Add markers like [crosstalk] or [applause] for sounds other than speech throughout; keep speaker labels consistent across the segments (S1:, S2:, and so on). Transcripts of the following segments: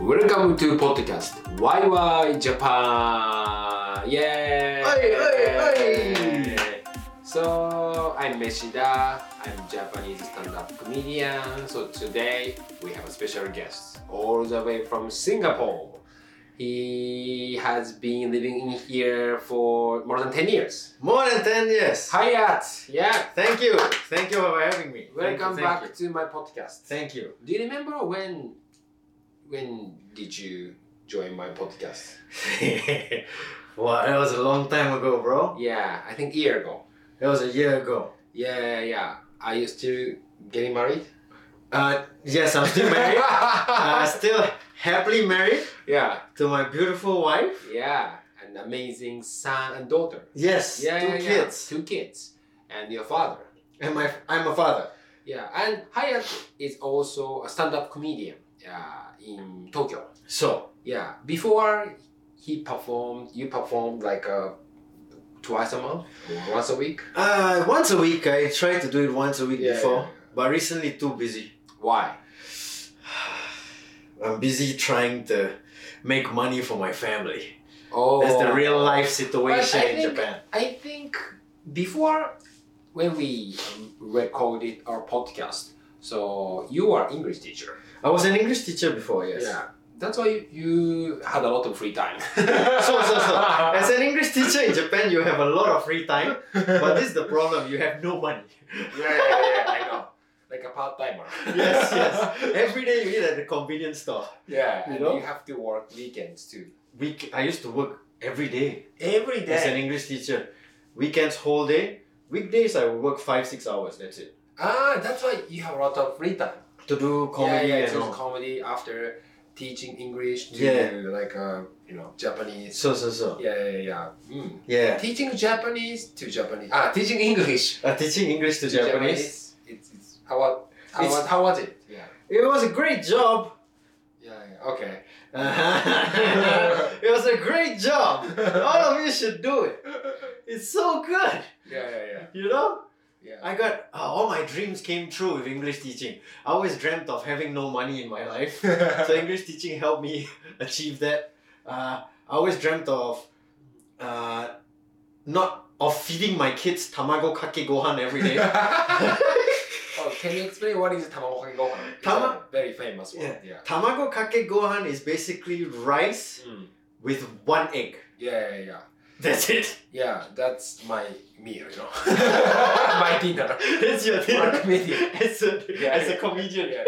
S1: Welcome to podcast YY Japan! Yay!
S2: Oi, oi,
S1: So, I'm Meshida. I'm Japanese stand-up comedian. So today we have a special guest all the way from Singapore. He has been living in here for more than 10 years.
S2: More than 10 years.
S1: Hi, Yat! Yeah.
S2: Thank you. Thank you for having me. Thank you,
S1: Welcome
S2: thank
S1: back
S2: you.
S1: to my podcast.
S2: Thank you. [laughs]
S1: Do you remember when when did you join my podcast?
S2: wow, that was a long time ago, bro.
S1: Yeah, I think a year ago.
S2: That was a year ago.
S1: Yeah, yeah, yeah. Are you still getting
S2: [laughs]
S1: married?
S2: Uh, yes, I'm
S1: [laughs]
S2: still married. uh, still happily married
S1: yeah,
S2: to my beautiful wife.
S1: yeah. An amazing son and daughter.
S2: Yes,
S1: Yeah,
S2: two
S1: yeah, yeah.
S2: kids.
S1: Two kids. And your father.
S2: And my, I'm a father.
S1: Yeah, and Hayat is also a stand-up comedian uh, in Tokyo.
S2: So,
S1: Yeah, before he performed, you performed like uh, twice a month or once a week.
S2: uh, once a week, I tried to do it once a week
S1: Yeah,
S2: before,
S1: yeah,
S2: but recently too busy.
S1: Why?
S2: I'm busy trying to make money for my family.
S1: Oh,
S2: That's the real life
S1: But
S2: situation
S1: I
S2: in
S1: think-
S2: Japan.
S1: I think before when we um, recorded our podcast, so you are English teacher.
S2: I was an English teacher before, yes.
S1: Yeah, that's why you, you had a lot of free [laughs] time.
S2: So, so, so. As an English teacher in Japan, you have a lot of free time, but this is the problem you have no money.
S1: yeah, yeah, yeah, I know. Like a part timer.
S2: [laughs] yes,
S1: [laughs]
S2: yes. Every day you eat at the convenience store.
S1: Yeah,
S2: You
S1: and
S2: know?
S1: you have to work weekends too.
S2: Week, I used to work every day
S1: Every
S2: as an English teacher. Weekends, whole day. Weekdays, I would work five, six hours. That's it.
S1: Ah, that's why you have a lot of free time.
S2: To do comedy
S1: yeah, yeah,
S2: and
S1: just
S2: all.
S1: comedy after teaching English to
S2: Yeah.
S1: like uh, you know Japanese.
S2: So, so, so.
S1: Yeah, yeah, yeah. Mm.
S2: Yeah.
S1: Teaching Japanese to Japanese. Ah, teaching English
S2: Uh, teaching English to Japanese.
S1: It's, it's how was how,
S2: It's-
S1: was how was it? Yeah.
S2: It was a great [laughs] job.
S1: Yeah. yeah. Okay. [laughs]
S2: it was a great job. All of you should do it. It's so good.
S1: Yeah, yeah, yeah.
S2: You know,
S1: Yeah.
S2: I got uh, all my dreams came true with English teaching. I always dreamt of having no money in my life, [laughs] so English teaching helped me [laughs] achieve that. Uh, I always dreamt of uh, not of feeding my kids tamago kake gohan every day. [laughs]
S1: [laughs] oh, can you explain what is tamago kake gohan? It's
S2: Tama-
S1: a very famous one.
S2: Yeah.
S1: Yeah.
S2: tamago kake gohan is basically rice
S1: Mm.
S2: with one egg.
S1: Yeah, yeah, yeah.
S2: That's it. [laughs]
S1: Yeah, that's my meal, you know. my dinner.
S2: It's your
S1: For a
S2: thing.
S1: comedian.
S2: [laughs] As a,
S1: Yeah,
S2: as a
S1: yeah.
S2: comedian.
S1: Yeah.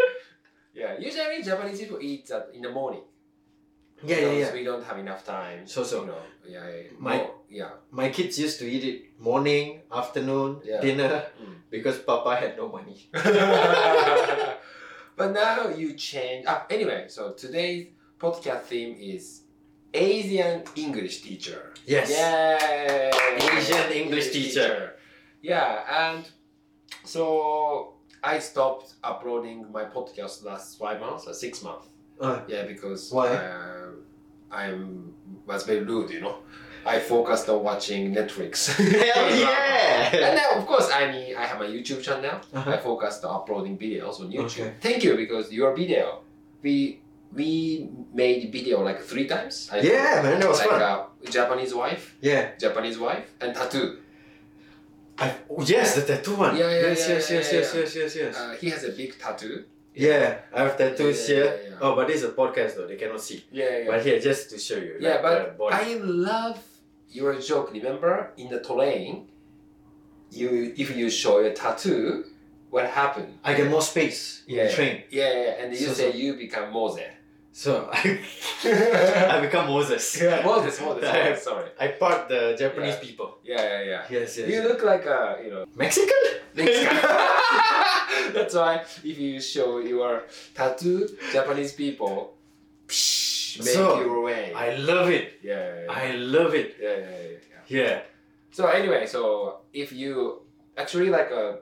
S1: Yeah. Usually Japanese people eat that in the morning.
S2: Yeah, yeah,
S1: Because
S2: yeah.
S1: We don't have enough time.
S2: So, so.
S1: You know, yeah, yeah.
S2: My-
S1: More- yeah.
S2: My kids used to eat it morning, afternoon,
S1: Yeah.
S2: dinner,
S1: Mm.
S2: because Papa had no money.
S1: [laughs] but now you change. Ah, anyway, so today's podcast theme is Asian English teacher.
S2: [laughs] Yes.
S1: Yay!
S2: Asian English teacher.
S1: Yeah, and so I stopped uploading my podcast last five months or six months.
S2: Uh,
S1: Yeah, because
S2: Why?
S1: Uh, I'm was very rude, you know. I focused on watching Netflix.
S2: [laughs] hell yeah!
S1: [laughs] And then, of course, I mean, I have my YouTube channel. I focused on uploading videos on YouTube.
S2: Uh-huh. Okay.
S1: Thank you because your video, we we made video like three times. I think.
S2: Yeah, man, that was
S1: like
S2: fun.
S1: uh, Japanese wife,
S2: Yeah.
S1: Japanese wife, and tattoo.
S2: I, oh, yes, the tattoo one.
S1: Yeah, yeah,
S2: yes,
S1: yeah,
S2: yes,
S1: yeah,
S2: yes,
S1: yeah,
S2: yes,
S1: yeah.
S2: yes, yes, yes.
S1: Uh, he has a big tattoo.
S2: yeah, I have tattoos
S1: Yeah, yeah,
S2: here.
S1: yeah, yeah.
S2: Oh, but this is a podcast though, they cannot see.
S1: Yeah, yeah.
S2: But here, just to show you.
S1: yeah,
S2: like,
S1: but
S2: the body.
S1: I love your joke. Remember in the train, you if you show your tattoo, what happened?
S2: I get more space in
S1: yeah,
S2: the train.
S1: Yeah, yeah, and you
S2: So,
S1: say
S2: so-
S1: you become Moses.
S2: So [laughs] I,
S1: yeah,
S2: I become
S1: [laughs]
S2: Moses.
S1: Moses,
S2: [laughs]
S1: Moses, Moses. Sorry.
S2: I part the Japanese
S1: Yeah.
S2: people.
S1: Yeah, yeah, yeah.
S2: Yes, yes.
S1: You
S2: yes.
S1: look like a, you know,
S2: Mexican?
S1: next guy. [laughs] That's why if you show your tattoo, Japanese people psh, make
S2: So,
S1: your way.
S2: I love it.
S1: yeah, yeah, yeah.
S2: I love it.
S1: yeah, yeah, yeah, yeah.
S2: Yeah.
S1: So anyway, so if you actually like a.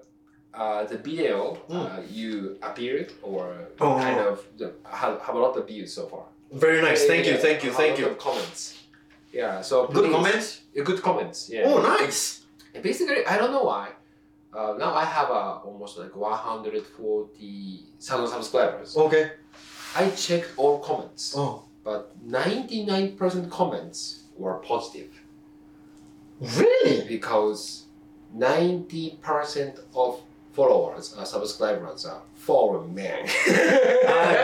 S1: Uh, the video uh, you appeared or
S2: Hmm. Oh.
S1: kind of have, have a lot of views so far.
S2: Very nice. Thank
S1: Yeah,
S2: you.
S1: yeah,
S2: Thank you.
S1: have
S2: Thank
S1: a lot
S2: you.
S1: of comments. Yeah. So
S2: Good
S1: please-
S2: comments.
S1: Yeah, Good comments. Yeah.
S2: Oh, nice.
S1: And basically, I don't know why. Uh, now I have uh, almost like 140,000 subscribers.
S2: Okay.
S1: I checked all comments,
S2: Oh,
S1: but 99% comments were positive
S2: really?
S1: because 90% of followers or subscribers are foreign men.
S2: Ah,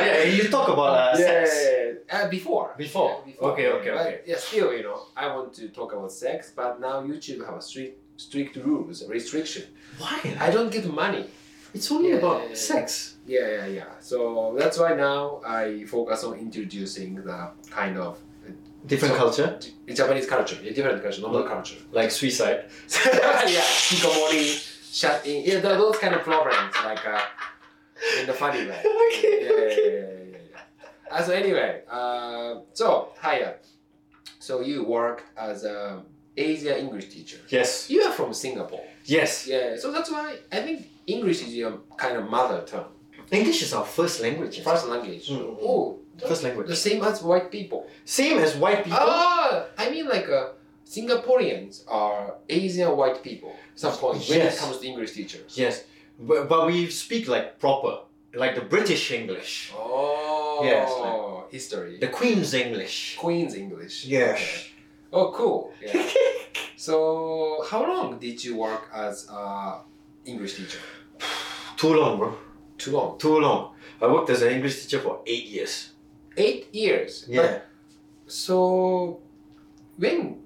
S1: [laughs]
S2: yeah, you talk about uh, sex.
S1: Uh, before.
S2: Before.
S1: Yeah,
S2: Okay, okay,
S1: But,
S2: okay.
S1: Yeah, still, you know, I want to talk about sex, but now YouTube have a strict strict rules, restriction.
S2: Why?
S1: I don't get money.
S2: It's only
S1: Yeah,
S2: about
S1: yeah, yeah.
S2: sex.
S1: Yeah, yeah, yeah. So that's why now I focus on introducing the kind of
S2: Different
S1: So-
S2: culture,
S1: J- Japanese culture, yeah, different culture, normal
S2: Mm.
S1: culture. [laughs]
S2: like suicide.
S1: yeah, hikikomori, shut in, yeah, tho- those kind of problems, like uh, in the funny way.
S2: [laughs] Okay,
S1: Yeah, yeah, yeah, yeah, yeah, yeah. Uh, so anyway, uh, so Haya, so you worked as a Asia English teacher.
S2: Yes.
S1: You are from Singapore.
S2: Yes.
S1: Yeah, so that's why I think English is your kind of mother tongue,
S2: English is our first language. you know.
S1: first language.
S2: Mm.
S1: Oh,
S2: First
S1: the
S2: language.
S1: same as white people.
S2: Same as white people.
S1: Ah, I mean like uh, Singaporeans are Asian white people. Some point when
S2: Yes.
S1: it comes to English teachers.
S2: Yes, but, but we speak like proper, like the British English,
S1: Oh,
S2: Yes,
S1: history.
S2: the Queen's English.
S1: Queen's English.
S2: Yes. [laughs]
S1: Okay. Oh, cool. Yeah. so, how long did you work as a English teacher?
S2: Too long, bro.
S1: Too long.
S2: Too long. I worked as an English teacher for eight years.
S1: Eight years.
S2: Yeah.
S1: But- so, when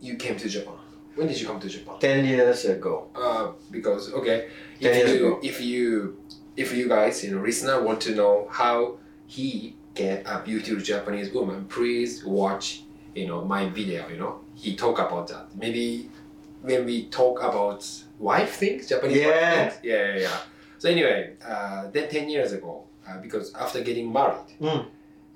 S1: you came to Japan? When did you come to Japan?
S2: Ten years ago.
S1: Uh, because okay,
S2: Ten
S1: if
S2: years
S1: you
S2: ago.
S1: if you if you guys you know listener want to know how he get a beautiful Japanese woman, please watch you know my video. You know he talk about that. Maybe when we talk about wife things, Japanese
S2: Yeah.
S1: wife things. Yeah, yeah, yeah. So anyway, uh, then ten years ago, uh, because after getting married,
S2: Mm.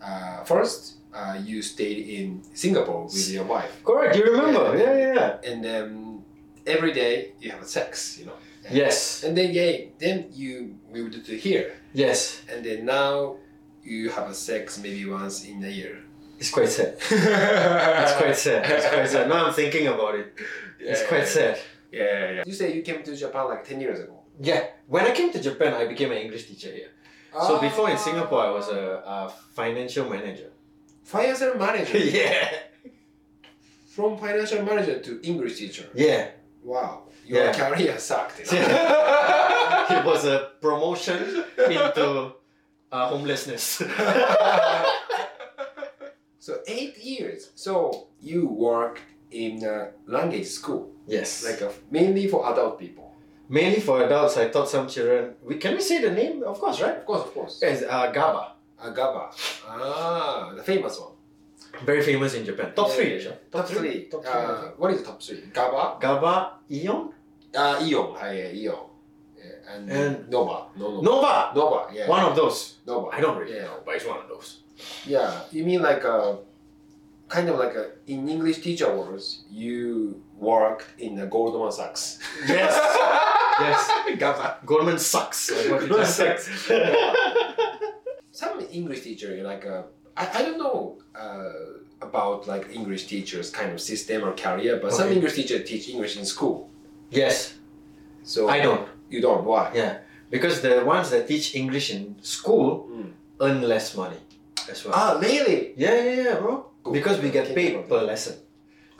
S1: uh, first uh, you stayed in Singapore with your wife,
S2: Correct, you remember?
S1: Yeah.
S2: Yeah, yeah, yeah.
S1: and then every day you have sex. You know. And-
S2: Yes,
S1: and then yeah, then you moved to here,
S2: yes.
S1: and then now you have a sex maybe once in a year.
S2: It's quite sad.
S1: That's
S2: [laughs] It's
S1: [laughs]
S2: quite sad. It's quite sad. Now I'm thinking about it. It's quite sad.
S1: Yeah, yeah, yeah. You say you came to Japan like ten years ago.
S2: Yeah. When I came to Japan, I became an English teacher here. So
S1: Ah.
S2: before in Singapore, I was a, a financial manager.
S1: [laughs] financial manager.
S2: yeah.
S1: From financial manager to English teacher.
S2: Yeah.
S1: Wow, your
S2: Yeah.
S1: career sucked. you know?
S2: it [laughs] was a promotion into uh,
S1: [laughs]
S2: homelessness.
S1: [laughs] so eight years. So you worked in a language school,
S2: yes.
S1: like a, mainly for adult people.
S2: mainly for adults, I taught some children. We can we say the name? Of course, right?
S1: Of course, of course.
S2: Yes, uh, Gaba,
S1: Agaba. Ah, the famous one.
S2: very famous in Japan. Top
S1: Yeah,
S2: three,
S1: yeah,
S2: Isha.
S1: yeah. Top three.
S2: Top three. I
S1: Uh,
S2: think.
S1: what is the top three? Gaba,
S2: Gaba, Ion,
S1: uh, Eon, uh, yeah, Eon, yeah, and,
S2: And-
S1: Nova. No, no.
S2: Nova.
S1: Nova, yeah.
S2: One of those.
S1: Nova.
S2: I don't really
S1: Yeah.
S2: know, but it's one of those.
S1: Yeah, you mean like a kind of like a in English teacher words, you worked in the Goldman Sachs. [laughs]
S2: Yes. yes.
S1: Gaba.
S2: Goldman sucks. Like what you just said.
S1: Some English teacher like uh, I I don't know. Uh, about like English teachers kind of system or career, but some
S2: Okay.
S1: English teacher teach English in school.
S2: Yes,
S1: So
S2: I don't.
S1: You don't. Why?
S2: Yeah, because the ones that teach English in school
S1: Mm.
S2: earn less money as well.
S1: Ah, really?
S2: Yeah, yeah, yeah, bro. Because we get paid per lesson.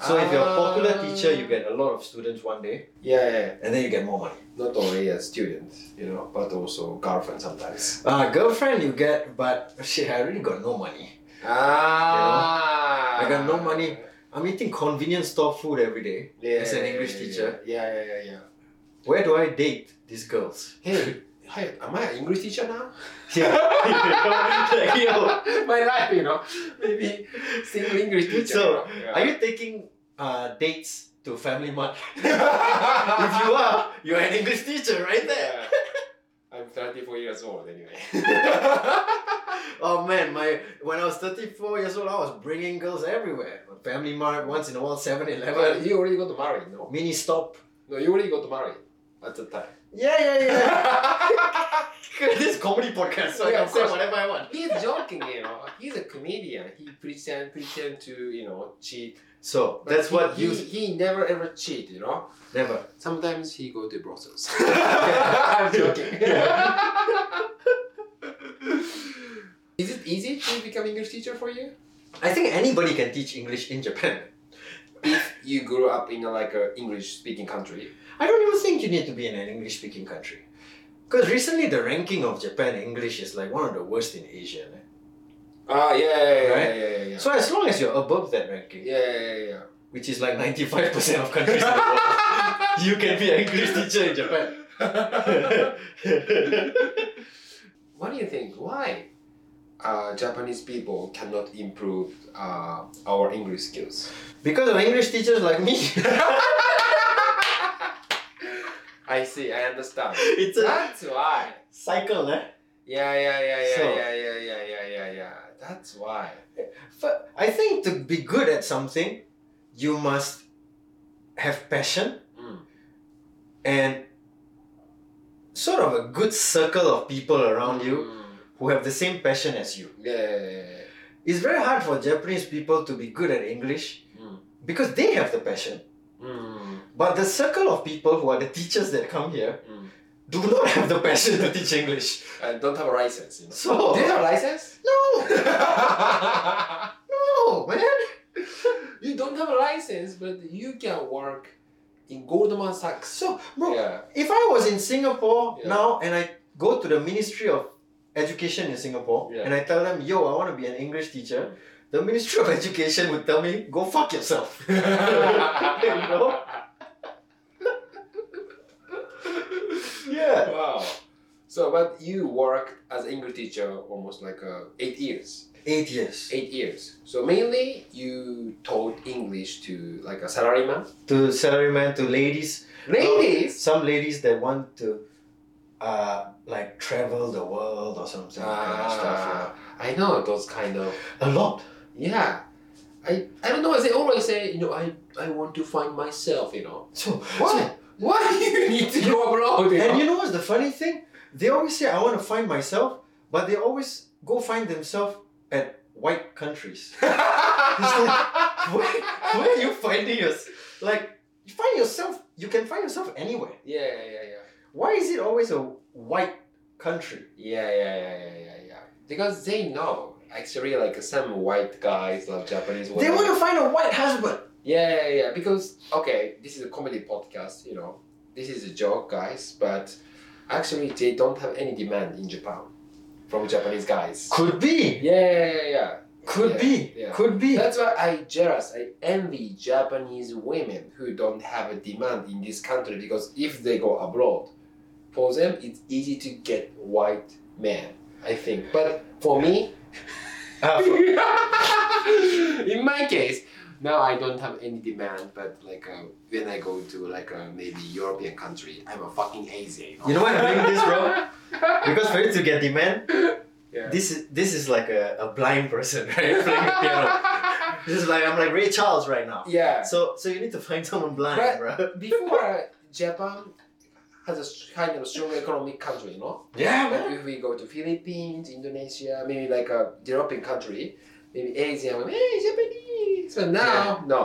S2: So if you're a popular teacher, you get a lot of students one day,
S1: Yeah, yeah.
S2: and then you get more money.
S1: Not only a student, you know, but also girlfriend sometimes.
S2: Uh, girlfriend you get, but shit, I really got no money.
S1: Ah.
S2: I got no money. I'm eating convenience store food every day.
S1: Yeah,
S2: As an
S1: yeah,
S2: English
S1: yeah,
S2: teacher.
S1: Yeah, yeah, yeah, yeah.
S2: Where do I date these girls? [laughs]
S1: Hey, hey, am I an English teacher now?
S2: Yeah, [laughs] like, yo,
S1: [laughs] My life, you know, maybe single English teacher.
S2: So,
S1: you know?
S2: are you taking uh, dates to Family Mart?
S1: Yeah.
S2: if you are, you're an English teacher right there.
S1: [laughs] Yeah. I'm 34 years old anyway.
S2: Oh man, my when I was 34 years old, I was bringing girls everywhere. Family Mart, once in a while, 7
S1: but
S2: Eleven,
S1: you already got married, no?
S2: mini stop.
S1: No, you already got married at the time.
S2: Yeah, yeah, yeah.
S1: [laughs]
S2: [laughs] this is comedy podcast, so
S1: Yeah,
S2: I
S1: of
S2: can say
S1: course.
S2: whatever I want.
S1: He's joking, you know. He's a comedian. He pretend pretend to, you know, cheat.
S2: So
S1: But
S2: that's
S1: he,
S2: what
S1: he,
S2: you
S1: he never ever cheat, you know.
S2: never.
S1: Sometimes he go to
S2: [laughs]
S1: Brussels. I'm joking. Is it easy to become English teacher for you?
S2: I think anybody can teach English in Japan.
S1: If you grew up in a, like a English speaking country.
S2: I don't even think you need to be in an English speaking country. Because recently the ranking of Japan English is like one of the worst in Asia. eh?
S1: Ah yeah yeah yeah
S2: Right?
S1: yeah yeah yeah.
S2: So as long as you're above that ranking,
S1: yeah yeah yeah.
S2: [laughs]
S1: yeah.
S2: which is like 95% of countries in the world, [laughs] you can be an English teacher in Japan. [laughs]
S1: what do you think? Why uh, Japanese people cannot improve uh, our English skills?
S2: because of English teachers like me. [laughs]
S1: I see. I
S2: [laughs]
S1: understand.
S2: it's a
S1: That's why.
S2: cycle, eh?
S1: Yeah, yeah, yeah, yeah,
S2: So-
S1: yeah, yeah, yeah, yeah, yeah, yeah. That's why.
S2: But I think to be good at something, you must have passion
S1: Mm.
S2: and sort of a good circle of people around you
S1: Mm.
S2: who have the same passion as you.
S1: Yeah, yeah, yeah, yeah.
S2: It's very hard for Japanese people to be good at English
S1: Mm.
S2: because they have the passion.
S1: Mm.
S2: But the circle of people who are the teachers that come here
S1: Mm.
S2: do not have the passion to teach English.
S1: I don't have a license. You know.
S2: So
S1: Do you have a license?
S2: Oh. no, no, man.
S1: [laughs] you don't have a license, but you can work in Goldman Sachs.
S2: So bro,
S1: Yeah.
S2: if I was in Singapore
S1: Yeah.
S2: now and I go to the Ministry of Education in Singapore
S1: Yeah.
S2: and I tell them, yo, I want to be an English teacher,
S1: Mm.
S2: the Ministry of Education would tell me, go fuck yourself. you know? Yeah.
S1: Wow. So, but you worked as English teacher almost like uh, eight years.
S2: Eight years.
S1: Eight years. So mainly you taught English to like a salaryman.
S2: To salaryman, to ladies.
S1: Ladies.
S2: Some ladies that want to uh, like travel the world or something. kind of stuff,
S1: Ah, I know those kind of.
S2: yeah. A lot.
S1: Yeah. I, I don't know. They always say, you know, I, I want to find myself, you
S2: [laughs]
S1: know.
S2: So so-
S1: Why? Why do [laughs] you need to go abroad? you know?
S2: And you know what's the funny thing? They always say I want to find myself, but they always go find themselves at white countries. [laughs]
S1: [laughs]
S2: Where, where are you finding yourself? Like you find yourself. You can find yourself anywhere.
S1: Yeah, yeah, yeah, yeah.
S2: Why is it always a white country?
S1: Yeah, yeah, yeah, yeah, yeah, yeah. Because they know. Actually, like some white guys love Japanese women.
S2: They want to find a white husband.
S1: Yeah, yeah, yeah. Because okay, this is a comedy podcast. You know, this is a joke, guys. But actually, they don't have any demand in Japan from Japanese guys.
S2: Could be.
S1: Yeah, yeah, yeah, yeah.
S2: Could
S1: Yeah,
S2: be.
S1: yeah.
S2: Could be.
S1: That's why I jealous. I envy Japanese women who don't have a demand in this country because if they go abroad, for them it's easy to get white men. I think, but for me,
S2: Uh, for-
S1: [laughs] in my case now i don't have any demand but like uh, when i go to like uh, maybe european country i'm a fucking asian
S2: You know why I'm doing this, bro? because for you to get demand,
S1: [laughs] Yeah.
S2: this is this is like a, a blind person, [laughs] right? Playing the piano. This is like I'm like Ray Charles right now.
S1: yeah
S2: So so you need to find someone blind,
S1: Right.
S2: bro.
S1: before uh, japan has a s- kind of strong economic country you know
S2: Yeah,
S1: Like, if we go to philippines indonesia maybe like a european country maybe asia hey japanese but now no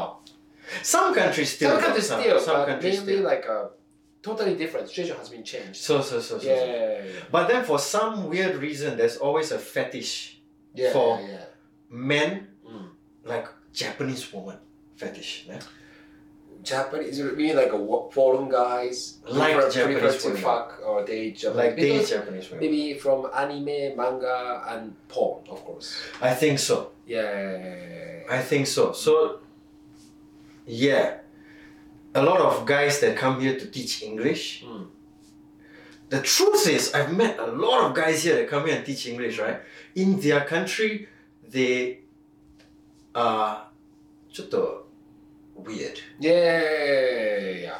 S2: Some countries still.
S1: some
S2: got
S1: countries still
S2: Some
S1: but
S2: countries
S1: mainly
S2: still.
S1: like a totally different situation has been changed
S2: so so so so. so.
S1: yeah, yeah, yeah.
S2: But then for some weird reason, there's always a fetish
S1: yeah,
S2: for-
S1: yeah,
S2: men
S1: yeah. Mm.
S2: like Japanese woman fetish. Yeah?
S1: Japanese, you mean like a wa- foreign guys
S2: Like
S1: prefer, prefer
S2: Japanese
S1: to
S2: women.
S1: fuck or they Japanese
S2: Like they
S1: because
S2: Japanese women.
S1: maybe from anime, manga, and porn, of course.
S2: I think so.
S1: Yeah.
S2: I think so. So yeah, a lot of guys that come here to teach English.
S1: Mm.
S2: The truth is, I've met a lot of guys here that come here and teach English, right? In their country, they are just weird. [laughs]
S1: Yeah.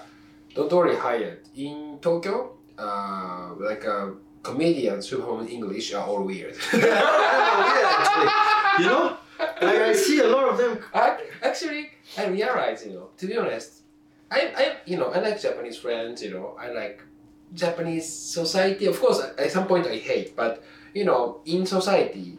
S1: Don't worry, Hyatt. In Tokyo, uh, like uh, comedians who have English are all weird.
S2: They're a lot of them are weird, actually. You know, like I see a lot of them.
S1: I, actually, I realize, you know, to be honest, I, I, you know, I like Japanese friends, you know, I like Japanese society. Of course, at at some point I hate, but, you know, in society,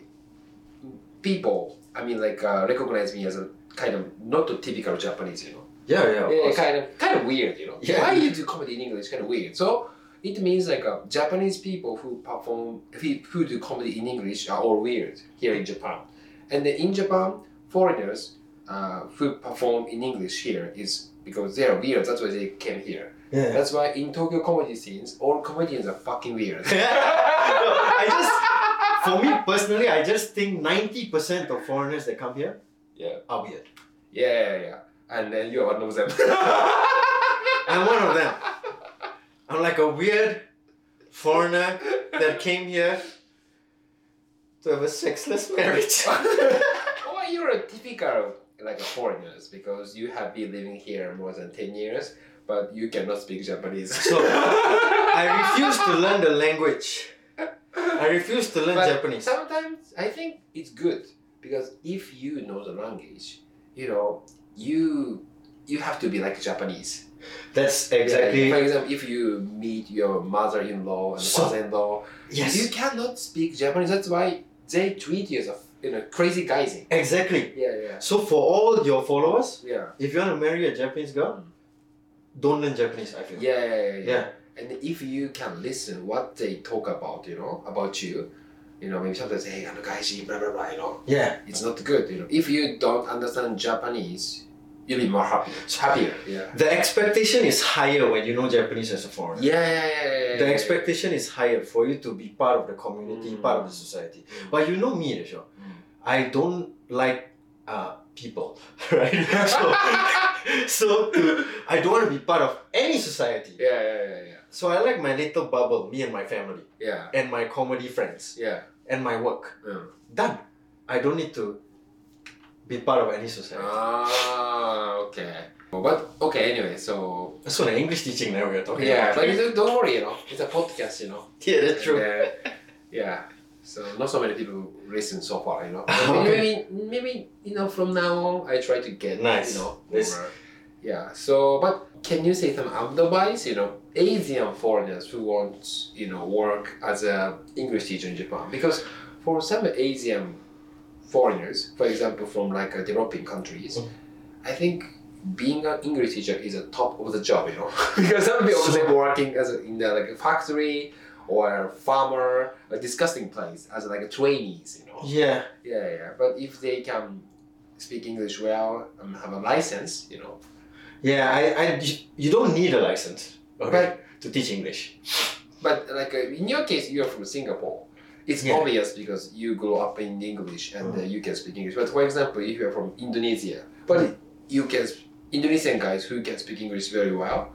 S1: people, I mean, like, uh, recognize me as a kind of not a typical Japanese, you know.
S2: Yeah, yeah, of
S1: Yeah,
S2: course.
S1: kind of, kind of weird, you know.
S2: Yeah.
S1: Why you do comedy in English? Kind of weird. So, It means like uh, Japanese people who perform who who do comedy in English are all weird here in Japan, and then in Japan, foreigners uh, who perform in English here is because they are weird. That's why they came here.
S2: Yeah. [laughs]
S1: That's why in Tokyo comedy scenes, all comedians are fucking weird.
S2: No, [laughs] I just, for me personally, I just think 90% of foreigners that come here
S1: Yeah.
S2: are weird.
S1: Yeah, yeah, yeah. And then you are one of them.
S2: [laughs] I'm one of them. I'm like a weird foreigner
S1: [laughs]
S2: that came here to have a sexless marriage.
S1: [laughs] or you're a typical like a foreigners because you have been living here more than ten years, but you cannot speak Japanese.
S2: So, I refuse to learn the language. I refuse to learn
S1: But
S2: Japanese.
S1: [laughs] Sometimes I think it's good because if you know the language, you know you you have to be like Japanese.
S2: That's
S1: Yeah, for example, if you meet your mother-in-law and
S2: So-
S1: father-in-law, you
S2: Yes.
S1: cannot speak Japanese. That's why they treat you as a you know crazy guy thing.
S2: Exactly.
S1: Yeah, yeah,
S2: So for all your followers,
S1: yeah.
S2: if you want to marry a Japanese girl, don't learn Japanese. I feel.
S1: Yeah, yeah, yeah, yeah.
S2: Yeah.
S1: And if you can listen what they talk about, you know, about you, you know, maybe sometimes hey, I'm a gaiji, blah blah blah, you know,
S2: Yeah.
S1: it's not good, you know. If you don't understand Japanese, you'll be more happy, happier. Yeah.
S2: The expectation is higher when you know Japanese as a foreigner.
S1: Yeah, yeah, yeah, yeah. yeah,
S2: The
S1: yeah.
S2: expectation is higher for you to be part of the community,
S1: Mm.
S2: part of the society.
S1: Mm.
S2: But you know me, de sure.
S1: Mm.
S2: I don't like uh, people, [laughs] right? [laughs] so, so to, I don't want to be part of any society.
S1: Yeah, yeah, yeah, yeah,
S2: So I like my little bubble, me and my family,
S1: yeah,
S2: and my comedy friends,
S1: yeah.
S2: and my work.
S1: Mm.
S2: Done. I don't need to be part of any society.
S1: Ah, okay. But okay, anyway, so
S2: so the English teaching now we are talking
S1: yeah,
S2: about.
S1: but you don't worry, you know, it's a podcast, you know.
S2: yeah, that's true.
S1: And, uh, yeah. So not so many people listen so far,
S2: [laughs]
S1: you know.
S2: Okay.
S1: Maybe maybe you know from now on I try to get
S2: Nice.
S1: you know
S2: This-
S1: more. Yeah. So but can you say some advice, you know, Asian foreigners who want, you know, work as a English teacher in Japan? Because for some Asian foreigners, for example from like uh, developing countries,
S2: Mhm.
S1: I think being an English teacher is a top of the job, you know, [laughs] because some people
S2: So-
S1: say working as a, in the, like a factory or a farmer, a disgusting place as like a trainees, you know.
S2: Yeah.
S1: Yeah, yeah. But if they can speak English well and have a license, you know.
S2: Yeah, I, I, you- you don't need a license okay,
S1: Right.
S2: to teach English.
S1: But like uh, in your case, you're from Singapore. It's
S2: Yeah.
S1: obvious because you grew up in English and uh, you can speak English. But for example, if you're from Indonesia, but you can sp- Indonesian guys who can speak English very well.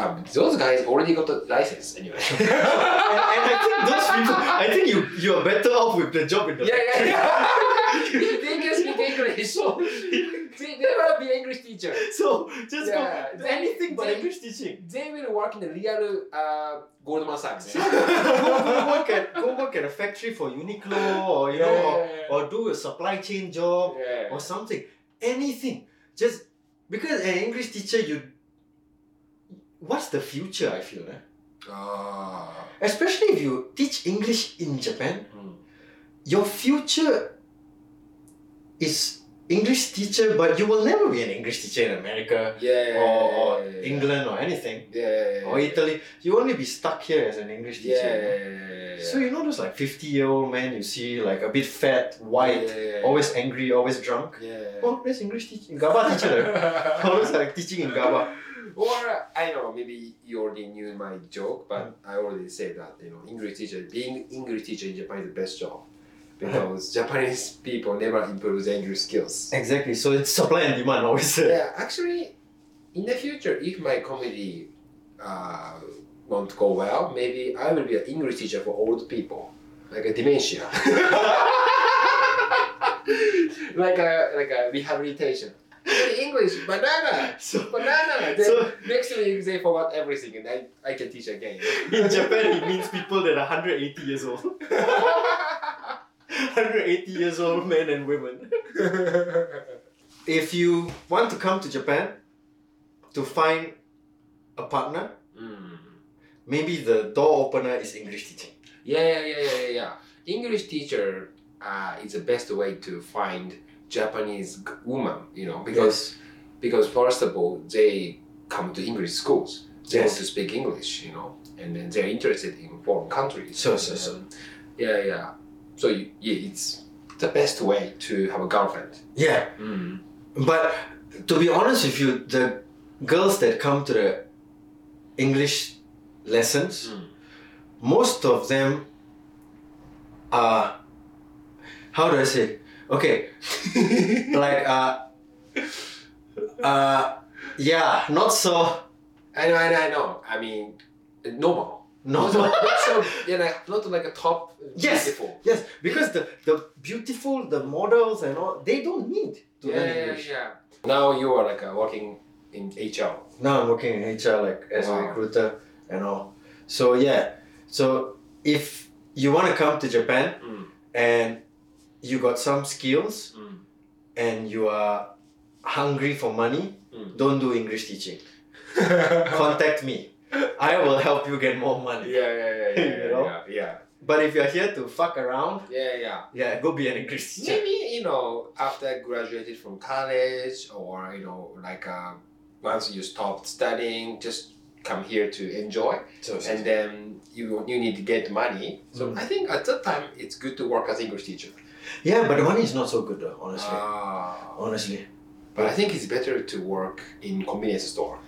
S1: Um, those guys already got a license anyway. [laughs]
S2: And, and I think those people, I think you, you are better off with the job in the
S1: Yeah, yeah,
S2: factory.
S1: yeah. [laughs] they can speak English. [laughs] So they, they will be English teacher.
S2: [laughs] So just
S1: Yeah,
S2: go
S1: they-
S2: anything but
S1: they-
S2: English teaching.
S1: They will work in the real uh, Goldman Sachs. [laughs]
S2: go, [laughs] go work at go work at a factory for Uniqlo or you know or, or do a supply chain job
S1: yeah.
S2: or something. Anything. Just because an English teacher you what's the future I feel eh?
S1: Ah.
S2: Especially if you teach English in Japan,
S1: Mm.
S2: your future is English teacher, but you will never be an English teacher in America
S1: Yeah.
S2: or, or England or anything.
S1: Yeah.
S2: or Oh, Italy, you only be stuck here as an English teacher.
S1: Yeah.
S2: you know? So you know those like fifty year old men you see like a bit fat, white,
S1: Yeah.
S2: always angry, always drunk.
S1: Yeah. [laughs]
S2: Oh, that's English teaching. Gaba teacher. like. [laughs] always like teaching in Gaba.
S1: Or I know maybe you already knew my joke, but
S2: Mm.
S1: I already said that you know English teacher being English teacher in Japan is the best job because Japanese people never improve their English skills.
S2: Exactly. So it's supply and demand always. uh,
S1: Yeah, actually, in the future, if my comedy uh, won't go well, maybe I will be an English teacher for old people, like a dementia, [laughs] like a like a rehabilitation. Hey, English banana.
S2: [laughs] So
S1: Banana. Then
S2: So-
S1: next week they forgot everything, and I, I can teach again. [laughs]
S2: in Japan it means people that are hundred eighty years old. [laughs] hundred eighty years old men and women.
S1: Hmm.
S2: If you want to come to Japan to find a partner,
S1: Mm.
S2: maybe the door opener is English teaching.
S1: Yeah, yeah, yeah, yeah, yeah, yeah. English teacher uh, is the best way to find Japanese g- woman, you know, because because first of all they come to English schools, just to speak English, you know, and then they're interested in foreign countries.
S2: So, so, so.
S1: Yeah, yeah. So you, yeah, it's the best way to have a girlfriend.
S2: Yeah,
S1: Mm.
S2: Hmm. but to be honest with you, the girls that come to the English lessons,
S1: Mm.
S2: most of them are. How do I say? Okay, [laughs] like uh, uh, yeah, not so
S1: I know, I know, I know. I mean, normal.
S2: [laughs] normal.
S1: Not so, yeah, like, not like a top. uh,
S2: Yes.
S1: Beautiful.
S2: Yes, because the, the beautiful, the models and all, they don't need to
S1: Yeah,
S2: learn
S1: yeah,
S2: English.
S1: yeah. Now you are like uh, working in HR.
S2: Now I'm working in HR like as a
S1: Wow.
S2: recruiter and all. So yeah, so if you want to come to Japan
S1: Mm.
S2: and you got some skills
S1: Mm.
S2: and you are hungry for money,
S1: Mm.
S2: don't do English teaching. [laughs] Contact me. I will help you get more
S1: yeah,
S2: money.
S1: yeah, yeah, yeah,
S2: [laughs] You know?
S1: yeah, yeah,
S2: But if you're here to fuck around,
S1: yeah, yeah.
S2: yeah, go be an English teacher.
S1: Maybe you know after I graduated from college, or you know like um, once you stopped studying, just come here to enjoy,
S2: So, so-
S1: and then you you need to get money. So
S2: Mm.
S1: I think at that time it's good to work as English teacher.
S2: yeah, but the money is not so good though, honestly.
S1: Ah.
S2: honestly.
S1: but I think it's better to work in convenience store.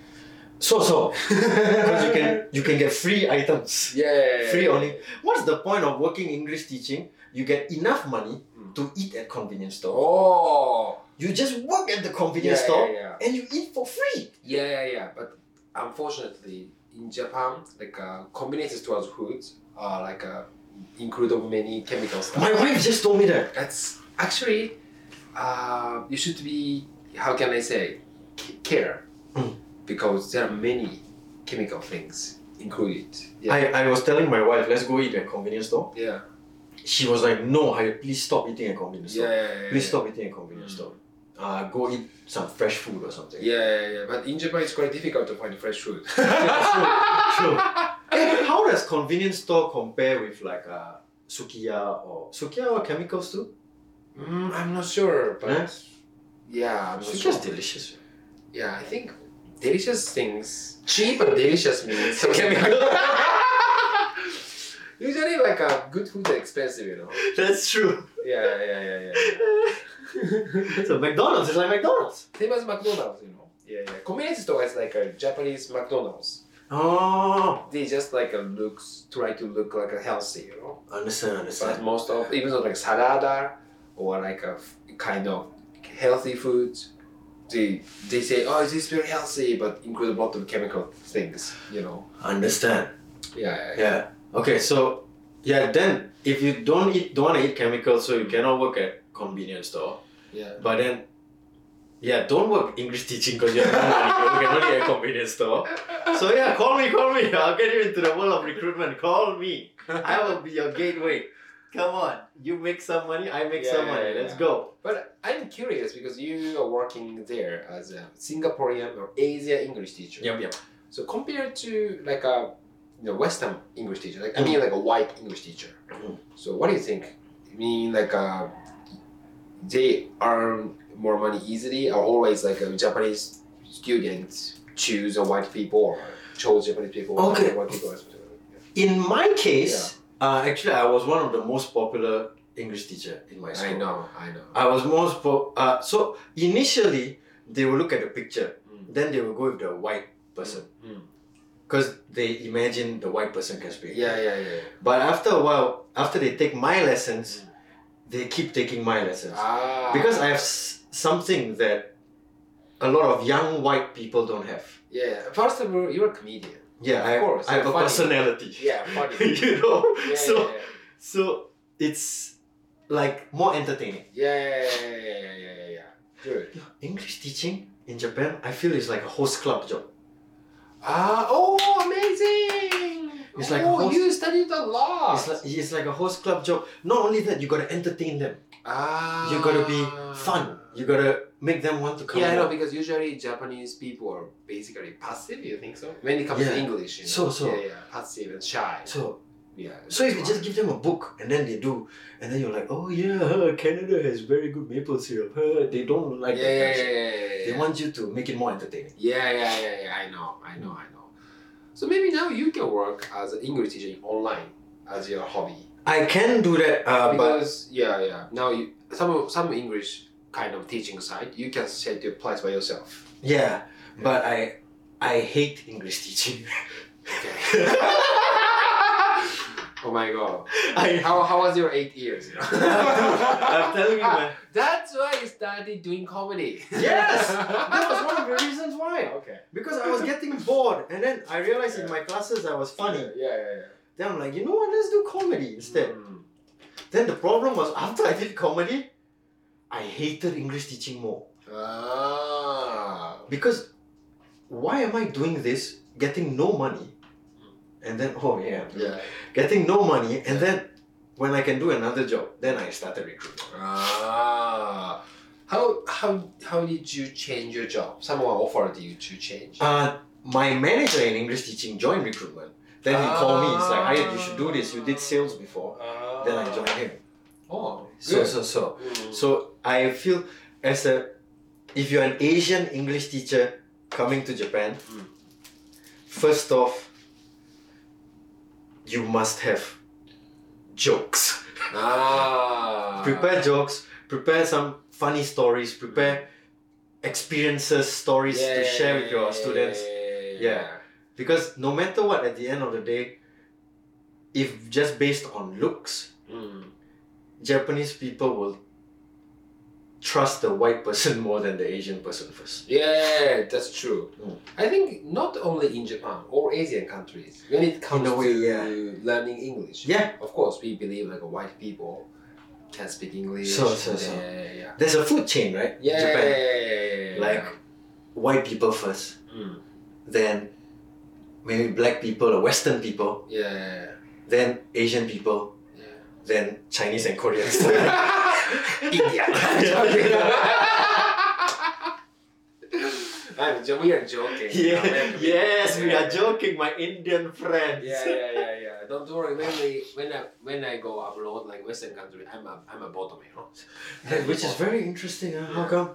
S2: So so, because you can you can get free items.
S1: yeah
S2: Free only. What's the point of working English teaching? You get enough money
S1: Mm.
S2: to eat at convenience store.
S1: Oh.
S2: You just work at the
S1: Yeah,
S2: convenience
S1: yeah,
S2: store
S1: yeah.
S2: and you eat for free.
S1: Yeah, yeah, yeah. But unfortunately, in Japan, like uh, convenience stores foods are like uh, include of many chemical stuff.
S2: My wife just told me that.
S1: That's actually, uh, you should be how can I say, c- care,
S2: Mm.
S1: because there are many chemical things included. Yeah,
S2: I, I was telling my wife, let's go eat at convenience store.
S1: yeah,
S2: She was like, no, I, please stop eating at convenience
S1: yeah,
S2: store.
S1: yeah, yeah,
S2: Please
S1: yeah.
S2: stop eating at convenience
S1: Mm.
S2: store. Uh, go eat some fresh food or something.
S1: Yeah, yeah, yeah. But in Japan, it's quite difficult to find fresh food. [laughs]
S2: Yeah, true, true. Eh, but how does convenience store compare with like uh, Sukiya or Sukiya or chemicals too?
S1: Mm, I'm not sure, but
S2: Huh?
S1: yeah, I'm not
S2: Sukiya's
S1: sure.
S2: delicious.
S1: Yeah, I think delicious things. Cheap
S2: [laughs]
S1: and delicious means something [laughs] like Usually, like a good food is expensive, you know.
S2: That's true.
S1: Yeah, yeah, yeah, yeah. yeah.
S2: so McDonald's is like McDonald's.
S1: Same as McDonald's, you know. Yeah, yeah. Convenience store is like a Japanese McDonald's.
S2: Oh,
S1: They just like a looks try to look like a healthy, you know.
S2: understand,
S1: But
S2: understand.
S1: most of even though like salada or like a f- kind of healthy food, they they say oh this is very healthy, but include a lot of chemical things, you know.
S2: Understand.
S1: Yeah, yeah,
S2: Yeah. Okay, so yeah, then if you don't eat, don't want to eat chemicals, so you cannot work at convenience store.
S1: yeah.
S2: But then, yeah, don't work English teaching because you have no money. You cannot eat at convenience store.
S1: [laughs]
S2: So yeah, call me, call me. I'll get you into the world of recruitment. Call me. I will be your gateway. Come on, you make some money. I make
S1: Yeah,
S2: some
S1: yeah,
S2: money.
S1: yeah,
S2: Let's
S1: yeah.
S2: go.
S1: But I'm curious because you are working there as a Singaporean or Asia English teacher.
S2: Yep, yep.
S1: So compared to like a you know Western English teacher, like I mean like a white English teacher.
S2: Mm.
S1: So what do you think? I mean like uh, they earn more money easily, or always like a Japanese students choose a white people or chose Japanese people or
S2: Okay.
S1: white people.
S2: In my case, uh, actually, I was one of the most popular English teacher in my school.
S1: I know, I know.
S2: I was most po- uh, so initially they will look at the picture,
S1: Mm.
S2: then they will go with the white person
S1: Mm.
S2: because they imagine the white person can speak.
S1: Yeah, yeah, yeah.
S2: But after a while, after they take my lessons, they keep taking my lessons
S1: Ah,
S2: because I have s- something that a lot of young white people don't have.
S1: yeah. First of all, you're a comedian.
S2: Yeah, I,
S1: Of course,
S2: I have a
S1: you're funny.
S2: personality.
S1: Yeah, funny.
S2: [laughs] you know,
S1: [laughs] Yeah,
S2: so
S1: yeah, yeah.
S2: so it's like more entertaining.
S1: Yeah, yeah, yeah, yeah, yeah, yeah, yeah, yeah. Good.
S2: English teaching in Japan, I feel is like a host club job.
S1: Ah, oh, amazing!
S2: It's like
S1: oh,
S2: host-
S1: you studied a lot.
S2: It's like, it's like a host club job. Not only that, you gotta entertain them.
S1: ah,
S2: You gotta be fun. You gotta make them want to come.
S1: yeah, I know
S2: more.
S1: because usually Japanese people are basically passive. You think so? When it comes
S2: Yeah.
S1: to English, you know?
S2: So, so.
S1: yeah, yeah, passive and shy.
S2: So,
S1: yeah.
S2: so if you
S1: that's
S2: just give them a book and then they do, and then you're like, oh yeah, huh, Canada has very good maple syrup. huh, They don't
S1: why.
S2: like
S1: yeah,
S2: that.
S1: yeah,
S2: kind of
S1: yeah,
S2: shit.
S1: yeah, yeah, yeah.
S2: They want you to make it more entertaining.
S1: Yeah, yeah, yeah, yeah. I know, I know, I know. So maybe now you can work as an English teacher online as your hobby.
S2: I can do that, uh, but
S1: because yeah, yeah. Now you, some some English kind of teaching site you can set your place by yourself.
S2: yeah, but I I hate English teaching. [laughs]
S1: Okay. oh my god.
S2: I, [laughs]
S1: How, how was your eight years?
S2: I'm telling you, man.
S1: That's why you started doing comedy. [laughs]
S2: Yes! That was one of the reasons why.
S1: Okay.
S2: Because I was getting bored, and then I realized in
S1: Yeah.
S2: my classes I was funny.
S1: Yeah, yeah, yeah.
S2: Then I'm like, you know what? Let's do comedy instead.
S1: Mm.
S2: Then the problem was after I did comedy, I hated English teaching more
S1: Ah.
S2: because why am I doing this? Getting no money, and then oh yeah,
S1: Yeah.
S2: getting no money, and then when I can do another job, then I started recruitment.
S1: Ah. How how how did you change your job? Someone offered you to change.
S2: Uh, my manager in English teaching joined recruitment. Then he called me. He's like, "Hey, you should do this. You did sales before."
S1: Ah.
S2: Then I joined him.
S1: Oh. Mm.
S2: So so so. So I feel as a if you're an Asian English teacher coming to Japan,
S1: Mm.
S2: first off, you must have jokes.
S1: ah.
S2: prepare jokes, prepare some funny stories, prepare experiences, stories to share with your students. Yeah. Because no matter what, at the end of the day, if just based on looks,
S1: Mm.
S2: Japanese people will trust the white person [laughs] more than the Asian person first.
S1: Yeah, that's true.
S2: Mm.
S1: I think not only in Japan or Asian countries, when it comes
S2: a way,
S1: to
S2: yeah.
S1: learning English,
S2: Yeah,
S1: of course we believe like white people can speak English.
S2: So, so,
S1: and
S2: so.
S1: Yeah, yeah,
S2: there's a food chain, right?
S1: yeah.
S2: Japan.
S1: Yeah,
S2: Like white people first,
S1: Mm.
S2: then maybe black people or Western people,
S1: yeah,
S2: then Asian people,
S1: yeah.
S2: then Chinese and [laughs] Koreans.
S1: [laughs] India. [laughs] I'm jo- we are joking.
S2: yeah.
S1: America.
S2: Yes, we are joking, my Indian friends.
S1: Yeah, yeah, yeah, yeah. Don't worry. When we, when I, when I go abroad, like Western country, I'm a, I'm a bottom, you know.
S2: Hey, [laughs] Which is very interesting. Huh? How
S1: Yeah.
S2: come?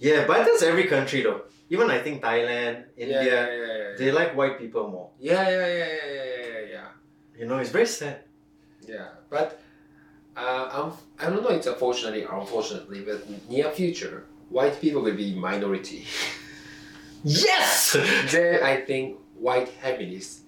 S2: Yeah, but that's every country though. Even I think Thailand, India,
S1: Yeah, yeah, yeah, yeah.
S2: they like white people more.
S1: Yeah, yeah, yeah, yeah, yeah, yeah, yeah.
S2: You know, it's very sad.
S1: Yeah, but uh, I'm, I don't know. It's unfortunately or unfortunately, but near future, white people will be
S2: [laughs]
S1: minority.
S2: Yes.
S1: then I think white feminists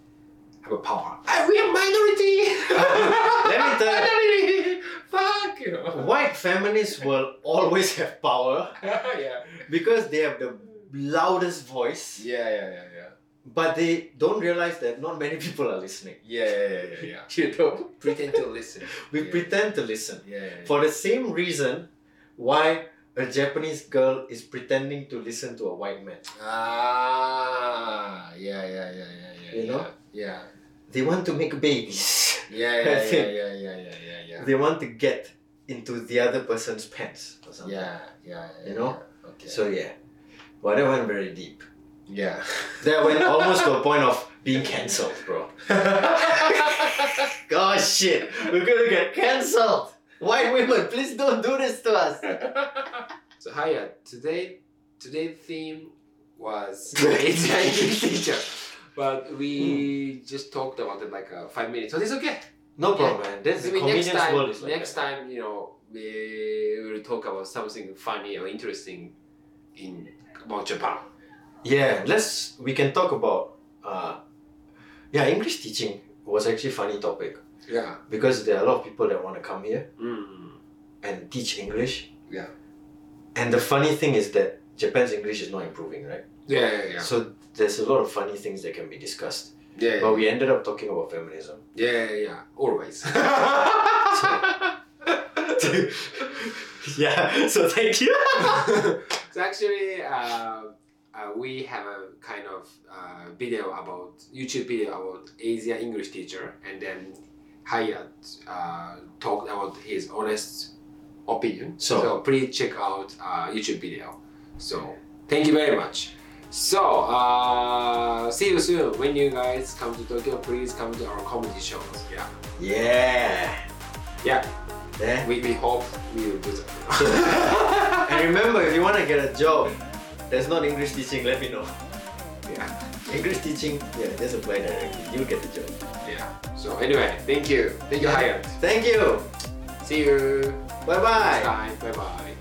S1: have a power. Ah, we are minority.
S2: Oh, Let
S1: [laughs]
S2: me tell
S1: you. Fuck you. Know. [laughs]
S2: white feminists will always have power
S1: yeah.
S2: because they have the loudest voice,
S1: Yeah, yeah, yeah, yeah.
S2: but they don't realize that not many people are listening. [laughs]
S1: Yeah, yeah, yeah, yeah, yeah.
S2: You know,
S1: Pretend to listen.
S2: we
S1: Yeah.
S2: pretend to listen
S1: Yeah, yeah, yeah.
S2: for the same reason why a Japanese girl is pretending to listen to a white man.
S1: Ah, yeah, yeah, yeah, yeah, yeah.
S2: You
S1: yeah.
S2: know?
S1: Yeah.
S2: They want to make babies. [laughs]
S1: Yeah, yeah,
S2: That's
S1: yeah,
S2: it.
S1: yeah, yeah, yeah, yeah, yeah.
S2: they want to get into the other person's pants or something.
S1: Yeah, yeah, yeah.
S2: You know?
S1: yeah. Okay.
S2: So yeah. Well, that went very deep.
S1: yeah.
S2: That went almost to a point of being cancelled, bro. Gosh, shit. We're gonna get cancelled. White women, please don't do this to us.
S1: [laughs] so Haya, today today theme [laughs] was Asian teacher, Hmm. but we just talked about it like uh, five minutes, so it's okay.
S2: No problem, man. That's the
S1: Maybe next
S2: comedian's
S1: time,
S2: world is like
S1: next
S2: that.
S1: time, you know, we will talk about something funny or interesting in about Japan.
S2: Yeah, let's. We can talk about. Uh, yeah, English teaching was actually a funny topic
S1: Yeah.
S2: because there are a lot of people that want to come here
S1: Mm.
S2: and teach English.
S1: Yeah.
S2: And the funny thing is that Japan's English is not improving, right?
S1: Yeah, yeah, yeah.
S2: So there's a lot of funny things that can be discussed.
S1: Yeah, yeah,
S2: But we ended up talking about feminism. [laughs]
S1: yeah, yeah, yeah. Always.
S2: yeah, so thank you.
S1: so actually, uh, uh, we have a kind of uh, video about YouTube video about Asia English teacher, and then Hayat uh, talked about his honest opinion.
S2: So-
S1: please check out uh, YouTube video. So thank you very much. So uh, see you soon. When you guys come to Tokyo, please come to our comedy shows. Yeah,
S2: Yeah.
S1: yeah.
S2: Eh?
S1: We, we hope we will do that.
S2: [laughs] And remember, if you want to get a job that's not English teaching, let me know.
S1: [laughs] yeah.
S2: English teaching, yeah, just apply directly. You'll get the job.
S1: Yeah. So anyway, thank you. Thank you, Hayat.
S2: Thank you.
S1: See you
S2: Bye bye.
S1: next time. Bye bye.